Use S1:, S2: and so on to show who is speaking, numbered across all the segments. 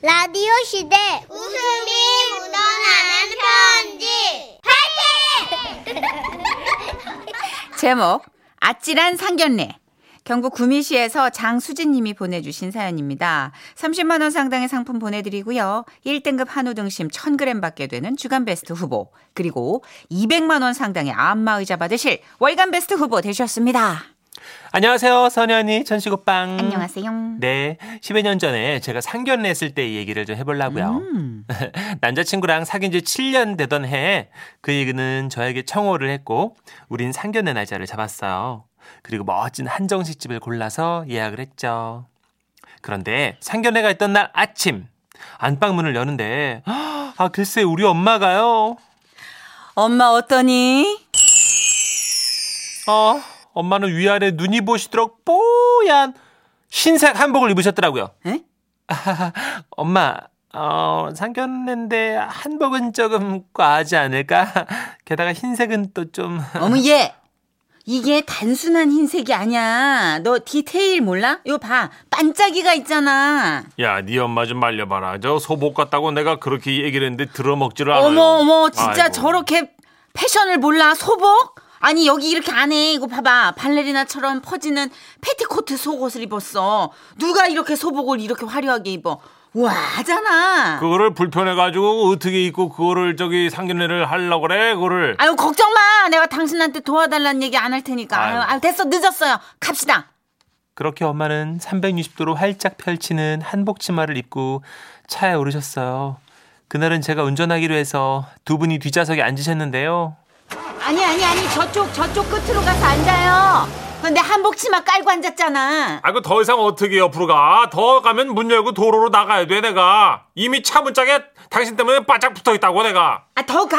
S1: 라디오 시대
S2: 웃음이 묻어나는 편지.
S3: 제목 아찔한 상견례 경북 구미시에서 장수진님이 보내주신 사연입니다. 30만 원 상당의 상품 보내드리고요. 1등급 한우 등심 1,000g 받게 되는 주간베스트 후보 그리고 200만 원 상당의 안마의자 받으실 월간베스트 후보 되셨습니다.
S4: 안녕하세요, 선현이
S3: 음.
S4: 천식오빵.
S3: 안녕하세요.
S4: 네, 10여 년 전에 제가 상견례 했을 때 이 얘기를 좀 해보려고요.
S3: 음,
S4: 남자친구랑 사귄 지 7년 되던 해에 그 얘기는 저에게 청혼을 했고 우린 상견례 날짜를 잡았어요. 그리고 멋진 한정식 집을 골라서 예약을 했죠. 그런데 상견례가 있던 날 아침 안방문을 여는데 아 글쎄 우리 엄마가요.
S3: 엄마 어떠니?
S4: 어 엄마는 위아래 눈이 보시도록 뽀얀 흰색 한복을 입으셨더라고요.
S3: 에?
S4: 아하하, 엄마, 어, 상견례인데 한복은 조금 과하지 않을까? 게다가 흰색은 또 좀.
S3: 어머 얘 이게 단순한 흰색이 아니야. 너 디테일 몰라? 요 봐. 반짝이가 있잖아.
S4: 야, 네 엄마 좀 말려봐라. 저 소복 같다고 내가 그렇게 얘기를 했는데 들어먹지를 않아요.
S3: 어머 어머 진짜
S4: 아이고.
S3: 저렇게 패션을 몰라 소복? 아니 여기 이렇게 안 해 이거 봐봐 발레리나처럼 퍼지는 패티코트 속옷을 입었어 누가 이렇게 소복을 이렇게 화려하게 입어 우와 하잖아
S4: 그거를 불편해가지고 어떻게 입고 그거를 저기 상견례를 하려고 그래? 그거를.
S3: 아유 걱정 마 내가 당신한테 도와달라는 얘기 안 할 테니까 아유,
S4: 아유.
S3: 아유, 됐어 늦었어요 갑시다
S4: 그렇게 엄마는 360도로 활짝 펼치는 한복 치마를 입고 차에 오르셨어요. 그날은 제가 운전하기로 해서 두 분이 뒷좌석에 앉으셨는데요.
S3: 아니 아니 아니 저쪽 저쪽 끝으로 가서 앉아요 근데 한복 치마 깔고 앉았잖아
S5: 아이고 그 더 이상 어떻게 옆으로 가? 더 가면 문 열고 도로로 나가야 돼 내가 이미 차 문짝에 당신 때문에 바짝 붙어 있다고 내가
S3: 아 더 가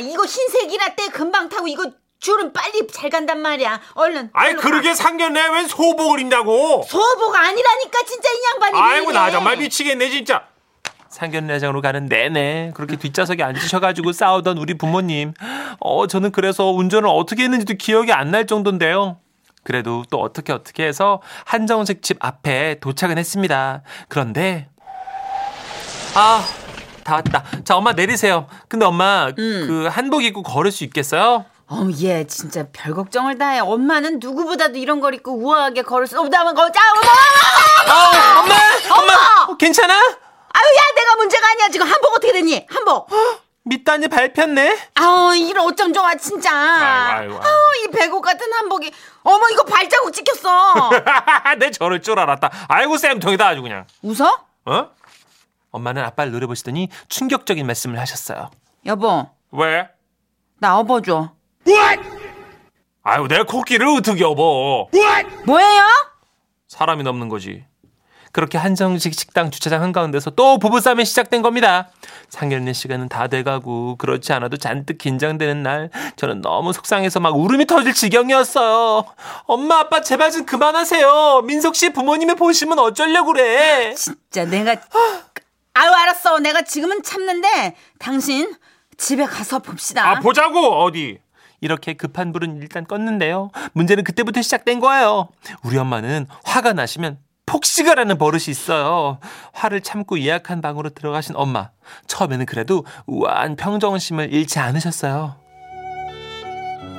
S3: 이거 흰색이라 때 금방 타고 이거 줄은 빨리 잘 간단 말이야 얼른
S5: 아이
S3: 얼른 가.
S5: 그러게 상견례 웬 소복을 입냐고
S3: 소보가 아니라니까 진짜 이 양반이 왜
S5: 아이고
S3: 이래.
S5: 나 정말 미치겠네 진짜
S4: 상견례장으로 가는 내내 그렇게 뒷좌석에 앉으셔가지고 싸우던 우리 부모님. 어, 저는 그래서 운전을 어떻게 했는지도 기억이 안 날 정도인데요. 그래도 또 어떻게 어떻게 해서 한정식 집 앞에 도착은 했습니다. 그런데 아, 다 왔다. 자, 엄마 내리세요. 근데 엄마 그 한복 입고 걸을 수 있겠어요?
S3: 어우 얘 진짜 별 걱정을 다해 엄마는 누구보다도 이런 걸 입고 우아하게 걸을 수 없다면 거자 어머
S4: 아, 엄마, 엄마,
S3: 엄마!
S4: 어, 괜찮아?
S3: 아유 야 내가 문제가 아니야 지금 한복 어떻게 됐니 한복
S4: 밑단이 밟혔네.
S3: 아우 이런 어쩜 좋아 진짜
S5: 아이고, 아이고.
S3: 아우, 이 배고 같은 한복이 어머 이거 발자국 찍혔어
S5: 내 저럴 줄 알았다 아이고 쌤통이다 아주 그냥
S3: 웃어
S5: 어?
S4: 엄마는 아빠를 노려보시더니 충격적인 말씀을 하셨어요.
S3: 여보
S5: 왜?
S3: 나 업어줘
S5: 아이고 내 코끼리를 어떻게 업어
S3: 뭐예요
S4: 사람이 넘는 거지. 그렇게 한정식 식당 주차장 한가운데서 또 부부싸움이 시작된 겁니다. 상견례 시간은 다 돼가고 그렇지 않아도 잔뜩 긴장되는 날 저는 너무 속상해서 막 울음이 터질 지경이었어요. 엄마 아빠 제발 좀 그만하세요. 민석 씨 부모님이 보시면 어쩌려고 그래.
S3: 진짜 내가
S5: 아!
S3: 아유 알았어 내가 지금은 참는데 당신 집에 가서 봅시다
S5: 아 보자고 어디
S4: 이렇게 급한 불은 일단 껐는데요. 문제는 그때부터 시작된 거예요. 우리 엄마는 화가 나시면 폭식을 하는 버릇이 있어요. 화를 참고 예약한 방으로 들어가신 엄마. 처음에는 그래도 우아한 평정심을 잃지 않으셨어요.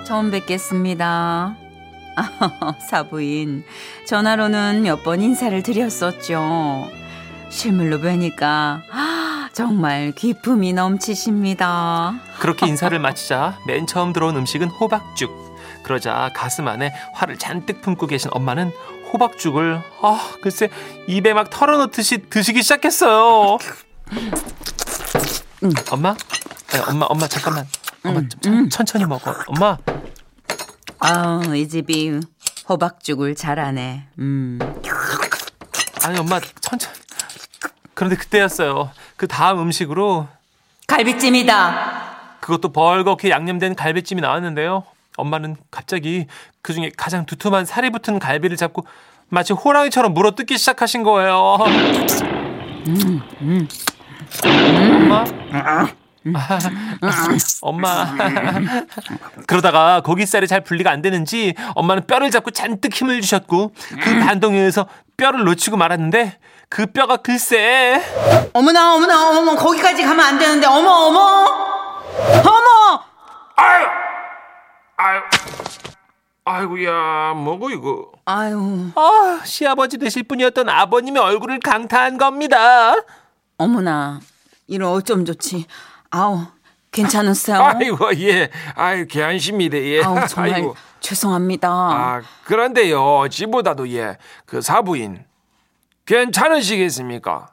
S3: 처음 뵙겠습니다. 아, 사부인, 전화로는 몇 번 인사를 드렸었죠. 실물로 뵈니까 아, 정말 기품이 넘치십니다.
S4: 그렇게 인사를 마치자 맨 처음 들어온 음식은 호박죽. 그러자 가슴 안에 화를 잔뜩 품고 계신 엄마는 호박죽을 아 글쎄 입에 막 털어넣듯이 드시기 시작했어요. 엄마, 야, 엄마, 엄마 잠깐만. 엄마 좀 천- 천천히 먹어. 엄마.
S3: 아, 이 집이 호박죽을 잘하네. 음.
S4: 아니 엄마 천천히. 그런데 그때였어요. 그 다음 음식으로
S3: 갈비찜이다.
S4: 그것도 벌겋게 양념된 갈비찜이 나왔는데요. 엄마는 갑자기 그 중에 가장 두툼한 살이 붙은 갈비를 잡고 마치 호랑이처럼 물어 뜯기 시작하신 거예요. 엄마? 엄마. 그러다가 거기살이 잘 분리가 안 되는지 엄마는 뼈를 잡고 잔뜩 힘을 주셨고 그 반동에 의해서 뼈를 놓치고 말았는데 그 뼈가 글쎄.
S3: 어머나 어머나 어머머 거기까지 가면 안 되는데 어머 어머 어머
S5: 아유, 아유, 아이고야, 뭐고 이거?
S3: 아유
S4: 아, 시아버지 되실 분이었던 아버님의 얼굴을 강타한 겁니다.
S3: 어머나 이런 어쩜 좋지 아우 괜찮으세요
S5: 아이고 예, 아유 개안심이다 예.
S3: 어? 아우 정말
S5: 아이고.
S3: 죄송합니다
S5: 아 그런데요, 지보다도 예, 그 사부인 괜찮으시겠습니까?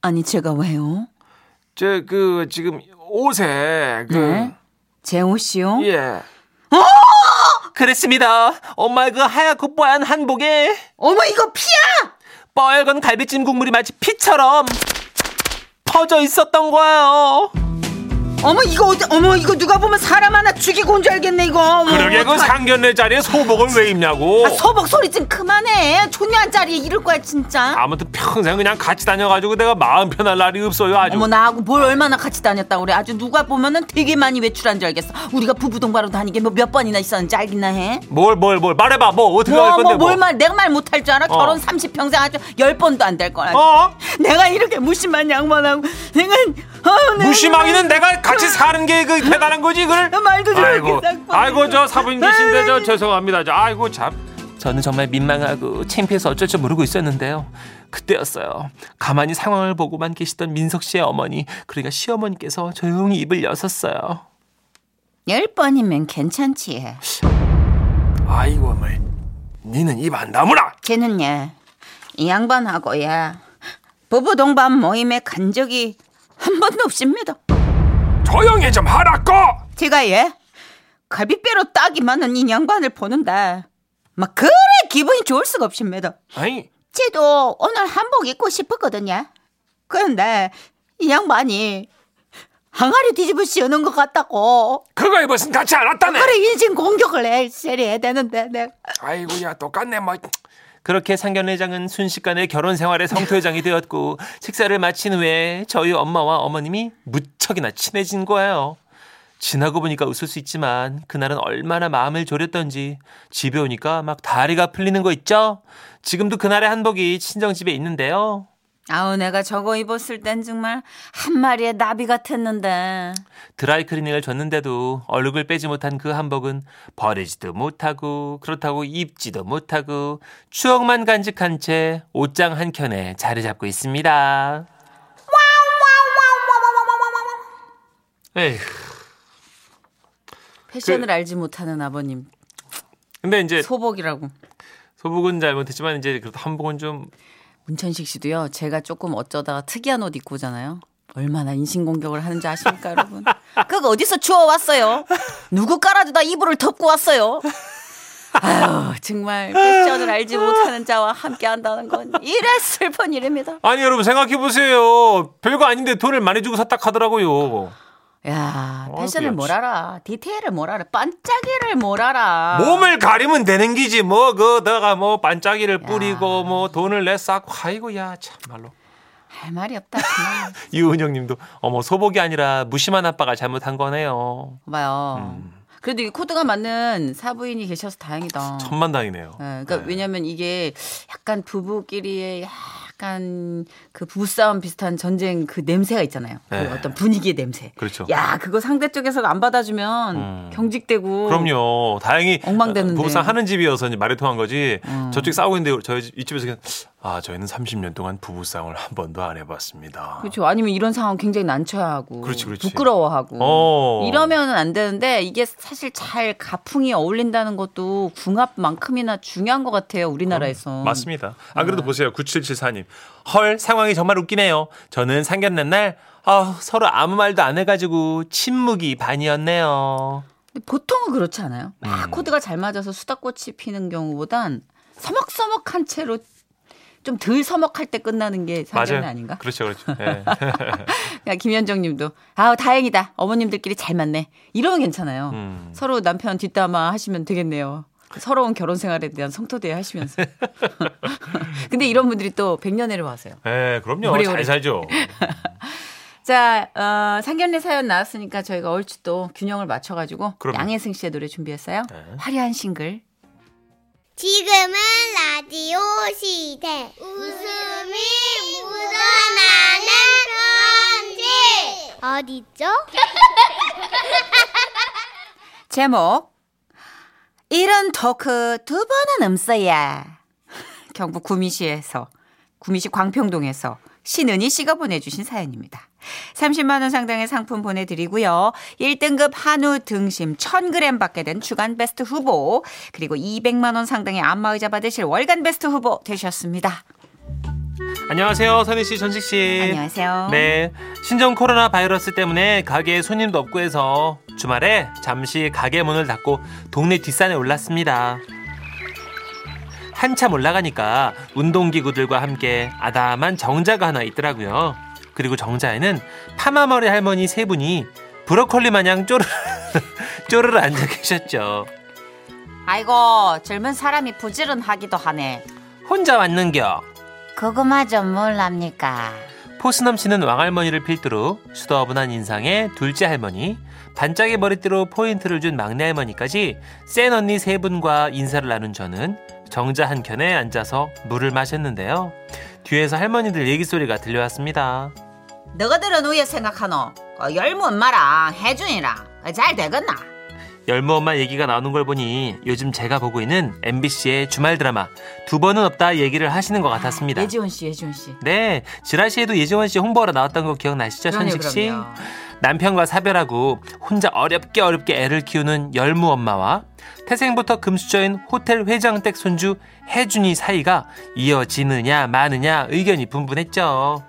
S3: 아니 제가 왜요
S5: 저 그 지금 옷에 그
S3: 네? 제호 씨요
S5: 예.
S4: 그랬습니다. 엄마의 그 하얗고 뽀얀 한복에
S3: 어머 이거 피야
S4: 뻘건 갈비찜 국물이 마치 피처럼 퍼져 있었던 거예요.
S3: 어머 이거 어디 어머 이거 누가 보면 사람 하나 죽이고 온 줄 알겠네 이거 어머,
S5: 그러게 그
S3: 어떡하-
S5: 상견례 자리에 소복을 왜 입냐고.
S3: 아, 서복 소리 좀 그만해 초년짜리에 이럴 거야 진짜
S5: 아무튼 평생 그냥 같이 다녀가지고 내가 마음 편할 날이 없어요 아주.
S3: 어머 나하고 뭘 얼마나 같이 다녔다고 그래 아주 누가 보면은 되게 많이 외출한 줄 알겠어 우리가 부부 동반으로 다니게 뭐 몇 번이나 있었는지 알기나 해
S5: 뭘 뭘 뭘 말해봐 뭐 어떻게 할 건데 뭐.
S3: 뭐뭘말 내가 말 못할 줄 알아 결혼 30평생 아주 10번도 안 될 거야
S5: 어?
S3: 내가 이렇게 무심한 양반하고 내가 어,
S4: 네,
S3: 내가
S5: 무심하기는 내가 같이 사는 게 그 대단한 거지 그걸.
S3: 나 말도 좀
S5: 아이고,
S3: 이렇게 싹
S5: 아이고 저 사부인 계신데
S4: 네,
S5: 저
S3: 아유.
S5: 죄송합니다. 저 아이고 참.
S4: 저는 정말 민망하고 창피해서 어쩔 줄 모르고 있었는데요. 그때였어요. 가만히 상황을 보고만 계시던 민석 씨의 어머니, 그러니까 시어머니께서 조용히 입을 여셨어요.
S3: 10번이면 괜찮지
S5: 아이고 뭐. 니는 입 안 다물어.
S3: 쟤는 예이 양반하고 예 부부 동반 모임에 간 적이 한 번도 없습니다
S5: 조용히 좀 하라고.
S3: 제가 예 갈비뼈로 딱이 많은 이 양반을 보는데 막 그래 기분이 좋을 수가 없습니다.
S5: 아니
S3: 쟤도 오늘 한복 입고 싶었거든요. 그런데 이 양반이 항아리 뒤집어 씌우는 것 같다고
S5: 그거 입었으면 같이 안 왔다네.
S3: 그래 인신 공격을 해 세례해야 되는데 내가
S5: 아이고야 똑같네 뭐.
S4: 그렇게 상견례장은 순식간에 결혼 생활의 성토회장이 되었고 식사를 마친 후에 저희 엄마와 어머님이 무척이나 친해진 거예요. 지나고 보니까 웃을 수 있지만 그날은 얼마나 마음을 졸였던지 집에 오니까 막 다리가 풀리는 거 있죠? 지금도 그날의 한복이 친정집에 있는데요.
S3: 아우 내가 저거 입었을 땐 정말 한 마리의 나비 같았는데
S4: 드라이클리닝을 줬는데도 얼룩을 빼지 못한 그 한복은 버리지도 못하고 그렇다고 입지도 못하고 추억만 간직한 채 옷장 한 켠에 자리 잡고 있습니다.
S5: 에휴.
S3: 패션을
S5: 그
S3: 알지 못하는 아버님
S5: 근데 이제
S3: 소복이라고
S5: 소복은 잘못했지만 이제 그래도 한복은 좀
S3: 문천식 씨도요. 제가 조금 어쩌다가 특이한 옷 입고 오잖아요. 얼마나 인신공격을 하는지 아십니까, 여러분? 그거 어디서 주워왔어요? 누구 깔아주다 이불을 덮고 왔어요? 아유, 정말 패션을 알지 못하는 자와 함께한다는 건 이래 슬픈 일입니다.
S5: 아니 여러분 생각해 보세요. 별거 아닌데 돈을 많이 주고 샀다 하더라고요.
S3: 야,
S5: 아이고야,
S3: 패션을 뭘 알아? 디테일을 뭘 알아? 반짝이를 뭘 알아?
S5: 몸을 가리면 되는 기지 뭐 그다가 뭐 반짝이를 뿌리고 뭐 돈을 내 싹 아이고야 참말로.
S3: 할 말이 없다. 그만.
S4: 유은영님도 어머 소복이 아니라 무심한 아빠가 잘못한 거네요.
S3: 봐요.
S5: 음.
S3: 그래도 이 코드가 맞는 사부인이 계셔서 다행이다.
S5: 천만 아, 다행이네요.
S3: 예, 그러니까 왜냐면 이게 약간 부부끼리의 약간 그 부부싸움 비슷한 전쟁 그 냄새가 있잖아요. 그
S5: 네.
S3: 어떤 분위기의 냄새.
S5: 그렇죠. 음.
S3: 야, 그거 상대 쪽에서 안 받아주면 경직되고.
S5: 그럼요. 다행히
S3: 엉망되는데. 음.
S5: 부부상 하는 집이어서 이제 말이 통한 거지. 저쪽 싸우고 있는데 저희 집- 이 집에서 그냥 아 저희는 30년 동안 부부싸움을 한 번도 안 해봤습니다.
S3: 그렇죠. 아니면 이런 상황 굉장히 난처하고
S5: 그렇지, 그렇지.
S3: 부끄러워하고
S5: 어.
S3: 이러면 안 되는데 이게 사실 잘 가풍이 어울린다는 것도 궁합만큼이나 중요한 것 같아요 우리나라에서.
S4: 맞습니다.
S5: 아,
S4: 안
S3: 음.
S4: 그래도 보세요. 9774님. 헐, 상황이 정말 웃기네요. 저는 상견례 날 아, 서로 아무 말도 안 해가지고 침묵이 반이었네요.
S3: 근데 보통은 그렇지 않아요.
S5: 음.
S3: 막 코드가 잘 맞아서 수다꽃이 피는 경우보단 서먹서먹한 채로 좀 덜 서먹할 때 끝나는 게 상견례 아닌가?
S5: 그렇죠, 그렇죠.
S3: 음.
S5: 예.
S3: 야, 김현정님도 아우 다행이다. 어머님들끼리 잘 맞네. 이러면 괜찮아요.
S5: 음.
S3: 서로 남편 뒷담화 하시면 되겠네요. 서러운 결혼 생활에 대한 성토대회 하시면서. 근데 이런 분들이 또 백년회를 와세요.
S5: 예, 그럼요.
S3: 오래오래.
S5: 잘 살죠.
S3: 자, 어, 상견례 사연 나왔으니까 저희가 얼추 또 균형을 맞춰가지고
S5: 그럼요. 네.
S3: 양혜승 씨의 노래 준비했어요. 화려한 싱글.
S2: 지금은 라디오 시대. 웃음이 묻어나는 편지. 어디죠?
S3: 제목 이런 토크 두 번은 없어야 경북 구미시에서 구미시 광평동에서 신은희 씨가 보내주신 사연입니다. 30만 원 상당의 상품 보내드리고요. 1등급 한우 등심 1000g 받게 된 주간 베스트 후보 그리고 200만 원 상당의 안마의자 받으실 월간 베스트 후보 되셨습니다.
S4: 안녕하세요, 선희 씨, 전식 씨.
S3: 안녕하세요.
S4: 네, 신종 코로나 바이러스 때문에 가게에 손님도 없고 해서 주말에 잠시 가게 문을 닫고 동네 뒷산에 올랐습니다. 한참 올라가니까 운동기구들과 함께 아담한 정자가 하나 있더라고요. 그리고 정자에는 파마머리 할머니 세 분이 브로콜리 마냥 쪼르르, 쪼르르 앉아 계셨죠.
S3: 아이고 젊은 사람이 부지런하기도 하네.
S4: 혼자 왔는겨.
S3: 그거마저 뭘랍니까?
S4: 포스 넘치는 왕할머니를 필두로 수다분한 인상의 둘째 할머니, 반짝이 머리띠로 포인트를 준 막내 할머니까지 센 언니 세 분과 인사를 나눈 저는 정자 한 켠에 앉아서 물을 마셨는데요. 뒤에서 할머니들 얘기 소리가 들려왔습니다.
S3: 너희들은 우에 생각하노? 어, 열문 마랑 해준이랑 어, 잘 되겠나?
S4: 열무 엄마 얘기가 나오는 걸 보니 요즘 제가 보고 있는 MBC의 주말 드라마 두 번은 없다 얘기를 하시는 것 같았습니다.
S3: 예지원 씨, 예지원 씨.
S4: 네, 지라시에도 예지원 씨 홍보하러 나왔던 거 기억나시죠,
S3: 그럼요,
S4: 선식 씨?
S3: 그럼요.
S4: 남편과 사별하고 혼자 어렵게 어렵게 애를 키우는 열무 엄마와 태생부터 금수저인 호텔 회장댁 손주 혜준이 사이가 이어지느냐 마느냐 의견이 분분했죠.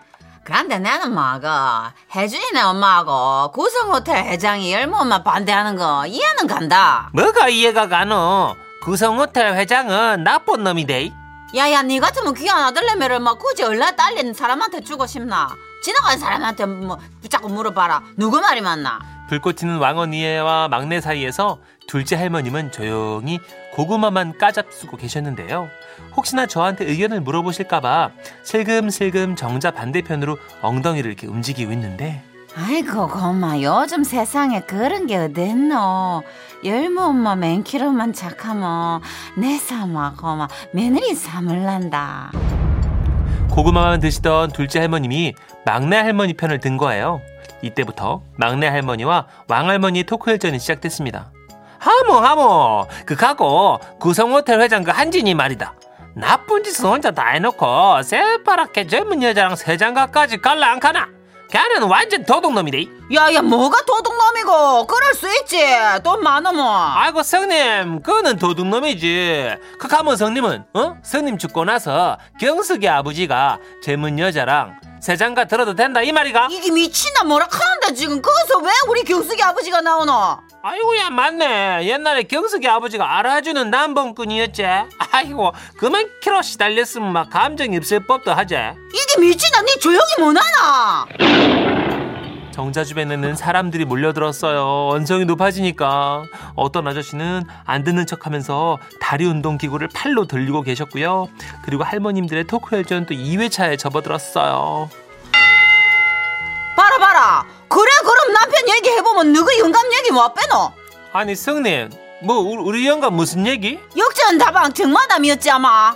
S3: 그런데 나는 뭐가 해준이네 엄마하고 구성호텔 회장이 열무 엄마 반대하는 거 이해는 간다.
S4: 뭐가 이해가 가노? 구성호텔 회장은 나쁜 놈이데.
S3: 야야, 니 같으면 귀한 아들내미를 막 굳이 얼라 딸린 사람한테 주고 싶나? 지나가는 사람한테 뭐 자꾸 물어봐라. 누구 말이 맞나?
S4: 불꽃 튀는 왕언니와 막내 사이에서 둘째 할머님은 조용히 고구마만 까잡수고 계셨는데요. 혹시나 저한테 의견을 물어보실까봐 슬금슬금 정자 반대편으로 엉덩이를 이렇게 움직이고 있는데
S3: 아이고 고마 요즘 세상에 그런 게 어딨노 열무 엄마 맨키로만 착하면 내 삼아 고마 며느리 삼을란다
S4: 고구마만 드시던 둘째 할머님이 막내 할머니 편을 든 거예요. 이때부터 막내 할머니와 왕할머니의 토크혈전이 시작됐습니다. 하모 하모 그하고 구성호텔 회장 그 한진이 말이다. 나쁜 짓은 혼자 다 해놓고 새파랗게 젊은 여자랑 세장가까지 갈라앉카나 걔는 완전 도둑놈이래.
S3: 야야 뭐가 도둑놈이고 그럴 수 있지 돈 많으면
S4: 아이고 성님 그거는 도둑놈이지 그 가문 성님은 어? 성님 죽고 나서 경숙이 아버지가 젊은 여자랑 세장가 들어도 된다 이 말이가
S3: 이게 미친나 뭐라 카는데 지금 거기서 왜 우리 교숙이 아버지가 나오노
S4: 아이고야 맞네 옛날에 경숙이 아버지가 알아주는 남봉꾼이었지 아이고 그만 키로 시달렸으면 막 감정이 없을 법도 하지
S3: 이게 미친나 니 조용히 못하나
S4: 정자 주변에는 사람들이 몰려들었어요 언성이 높아지니까 어떤 아저씨는 안 듣는 척하면서 다리 운동 기구를 팔로 들리고 계셨고요 그리고 할머님들의 토크 혈전 또 2회차에 접어들었어요
S3: 봐라 봐라 그래 그럼 남편 얘기해보면 누구 영감 얘기 못 빼노
S4: 아니 성님 뭐 우- 우리 영감 무슨 얘기?
S3: 역전 다방 등마담이었지 아마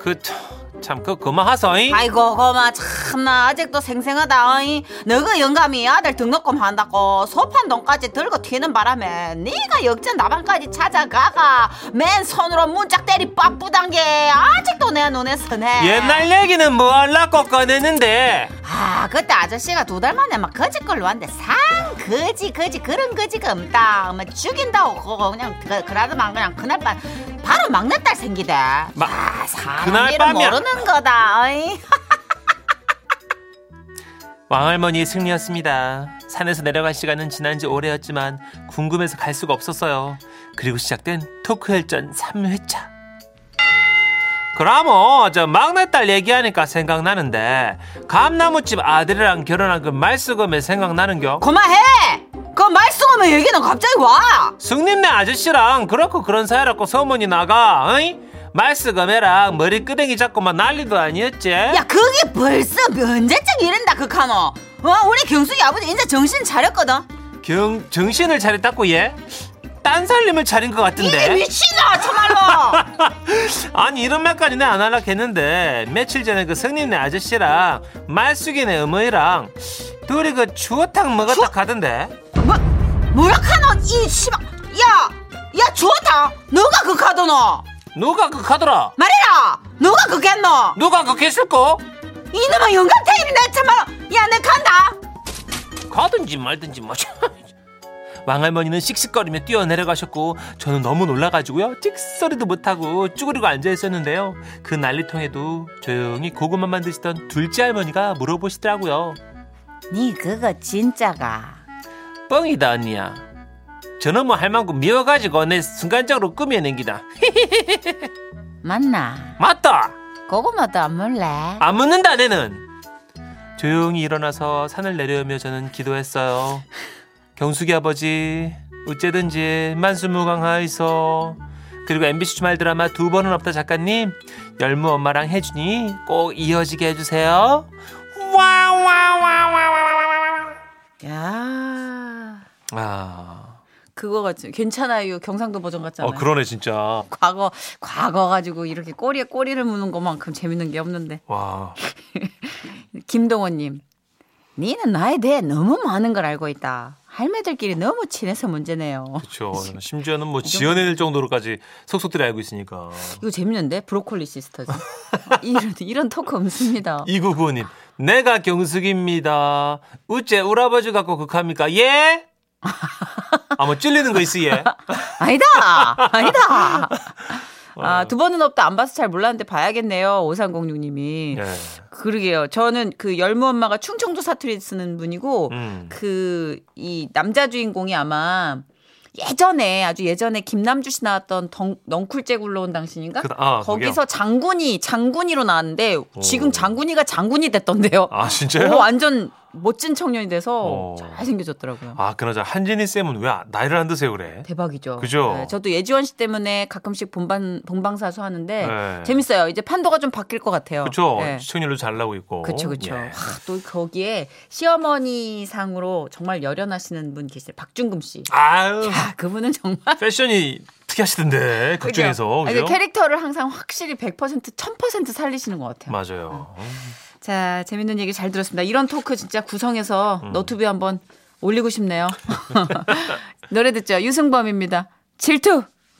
S4: 그, 그참그 그만하소잉
S3: 아이고 고마 참나 아직도 생생하다 어이. 너그 영감이 아들 등록금 한다고 소판 돈까지 들고 튀는 바람에 네가 역전 나방까지 찾아가가 맨 손으로 문짝 때리 빡부단 게 아직도 내 눈에 선해
S4: 옛날 얘기는 뭐 할라고 꺼내는데
S3: 아 그때 아저씨가 두 달 만에 막 거지 걸로 왔는데 상 거지 거지 그런 거지가 없다 뭐 죽인다고 그거 그냥 그, 그라더만 그냥 그날 밤 바로 막내딸 생기대
S4: 마-
S3: 아 사람
S4: 그날
S3: 일은
S4: 밤이야.
S3: 모르는 거다 어이.
S4: 왕할머니의 승리였습니다. 산에서 내려갈 시간은 지난 지 오래였지만 궁금해서 갈 수가 없었어요. 그리고 시작된 토크혈전 3회차. 그라모 저 막내딸 얘기하니까 생각나는데 감나무집 아들이랑 결혼한 그 말수금에 생각나는겨
S3: 그만해! 그 말씀하면 얘기는 갑자기 와!
S4: 승님네 아저씨랑 그렇고 그런 사이라고 소문이 나가 어이? 말수금이랑 머리끄댕이 잡고만 난리도 아니었지
S3: 야, 그게 벌써 언제쯤 이른다, 그 카노. 어, 우리 경숙이 아버지 이제 정신 차렸거든?
S4: 경, 정신을 차렸다고 얘? 딴 살림을 차린 것 같은데
S3: 이게 미친아, 정말로!
S4: 아니 이런 말까지는 안 하려고 했는데 며칠 전에 그 성님네 아저씨랑 말숙이네 어머니랑 둘이 그 추어탕 먹었다 가던데
S3: 뭐, 뭐라카노, 이, 씨발. 야, 야, 좋다. 누가 그 카드노?
S4: 누가 그 가더라
S3: 말해라! 누가 그 겠노?
S4: 누가 그 했을까
S3: 이놈의 영감탱이를 내 참말로. 야, 내 간다!
S4: 가든지 말든지 뭐 왕할머니는 씩씩거리며 뛰어내려가셨고 저는 너무 놀라가지고요 찍소리도 못하고 쭈그리고 앉아있었는데요 그 난리통에도 조용히 고구마만 드시던 둘째 할머니가 물어보시더라고요
S3: 니 그거 진짜가.
S4: 뻥이다 언니야 저놈의 할망구 미워가지고 내 순간적으로 꾸며낸 기다
S3: 맞나?
S4: 맞다
S3: 고구마도 안 먹래?
S4: 안 묻는다 내는 조용히 일어나서 산을 내려오며 저는 기도했어요 경숙이 아버지 어째든지 만수무강하이소 그리고 MBC 주말 드라마 두 번은 없다 작가님 열무 엄마랑 혜준이 꼭 이어지게 해주세요 와와와와와와와
S3: 야
S4: 아,
S3: 그거 같지. 괜찮아요. 경상도 버전 같잖아요.
S4: 어 그러네 진짜
S3: 과거, 과거 가지고 이렇게 꼬리에 꼬리를 무는 것만큼 재밌는 게 없는데.
S4: 와
S3: 김동원님, 니는 나에 대해 너무 많은 걸 알고 있다. 할매들끼리 너무 친해서 문제네요.
S4: 그렇죠 심지어는 뭐 지어낼 정도로까지 속속들이 알고 있으니까
S3: 이거 재밌는데? 브로콜리 시스터즈. 이런, 이런 토크 없습니다.
S4: 이구구님 내가 경숙입니다. 우째 우라버지 갖고 극합니까? 예? 아뭐 찔리는 거 있어 예.
S3: 아니다! 아니다!
S4: 어.
S3: 아, 두 번은 없다. 안 봐서 잘 몰랐는데 봐야겠네요. 5306님이.
S4: 예.
S3: 그러게요. 저는 그 열무 엄마가 충청도 사투리 쓰는 분이고,
S4: 음.
S3: 그 이 남자 주인공이 아마 예전에 아주 예전에 김남주 씨 나왔던 덩, 넝쿨째 굴러온 당신인가?
S4: 그- 아,
S3: 거기서 장군이 장군이로 나왔는데 지금 장군이가 장군이 됐던데요.
S4: 아
S3: 오,
S4: 진짜요?
S3: 완전 멋진 청년이 돼서
S4: 오.
S3: 잘 생겨졌더라고요.
S4: 아 그나저나 한진희 쌤은 왜 아- 나이를 안 드세요 그래?
S3: 대박이죠.
S4: 그죠?
S3: 네, 저도 예지원 씨 때문에 가끔씩 본방 본방사수 하는데
S4: 네.
S3: 재밌어요. 이제 판도가 좀 바뀔 것 같아요.
S4: 그렇죠.
S3: 네.
S4: 시청률도 잘 나오고 있고.
S3: 그쵸 그쵸.
S4: 예.
S3: 와, 또 거기에 시어머니 상으로 정말 열연하시는 분 계세요. 박준금 씨.
S4: 아유
S3: 야, 그분은 정말
S4: 패션이 특이하시던데 극중에서
S3: 아니, 그
S4: 그죠?
S3: 캐릭터를 항상 확실히 100% 1000% 살리시는 것 같아요.
S4: 맞아요.
S3: 자, 재밌는 얘기 잘 들었습니다. 이런 토크 진짜 구성해서
S4: 음.
S3: 너튜브에 한번 올리고 싶네요. 노래 듣죠. 유승범입니다. 질투.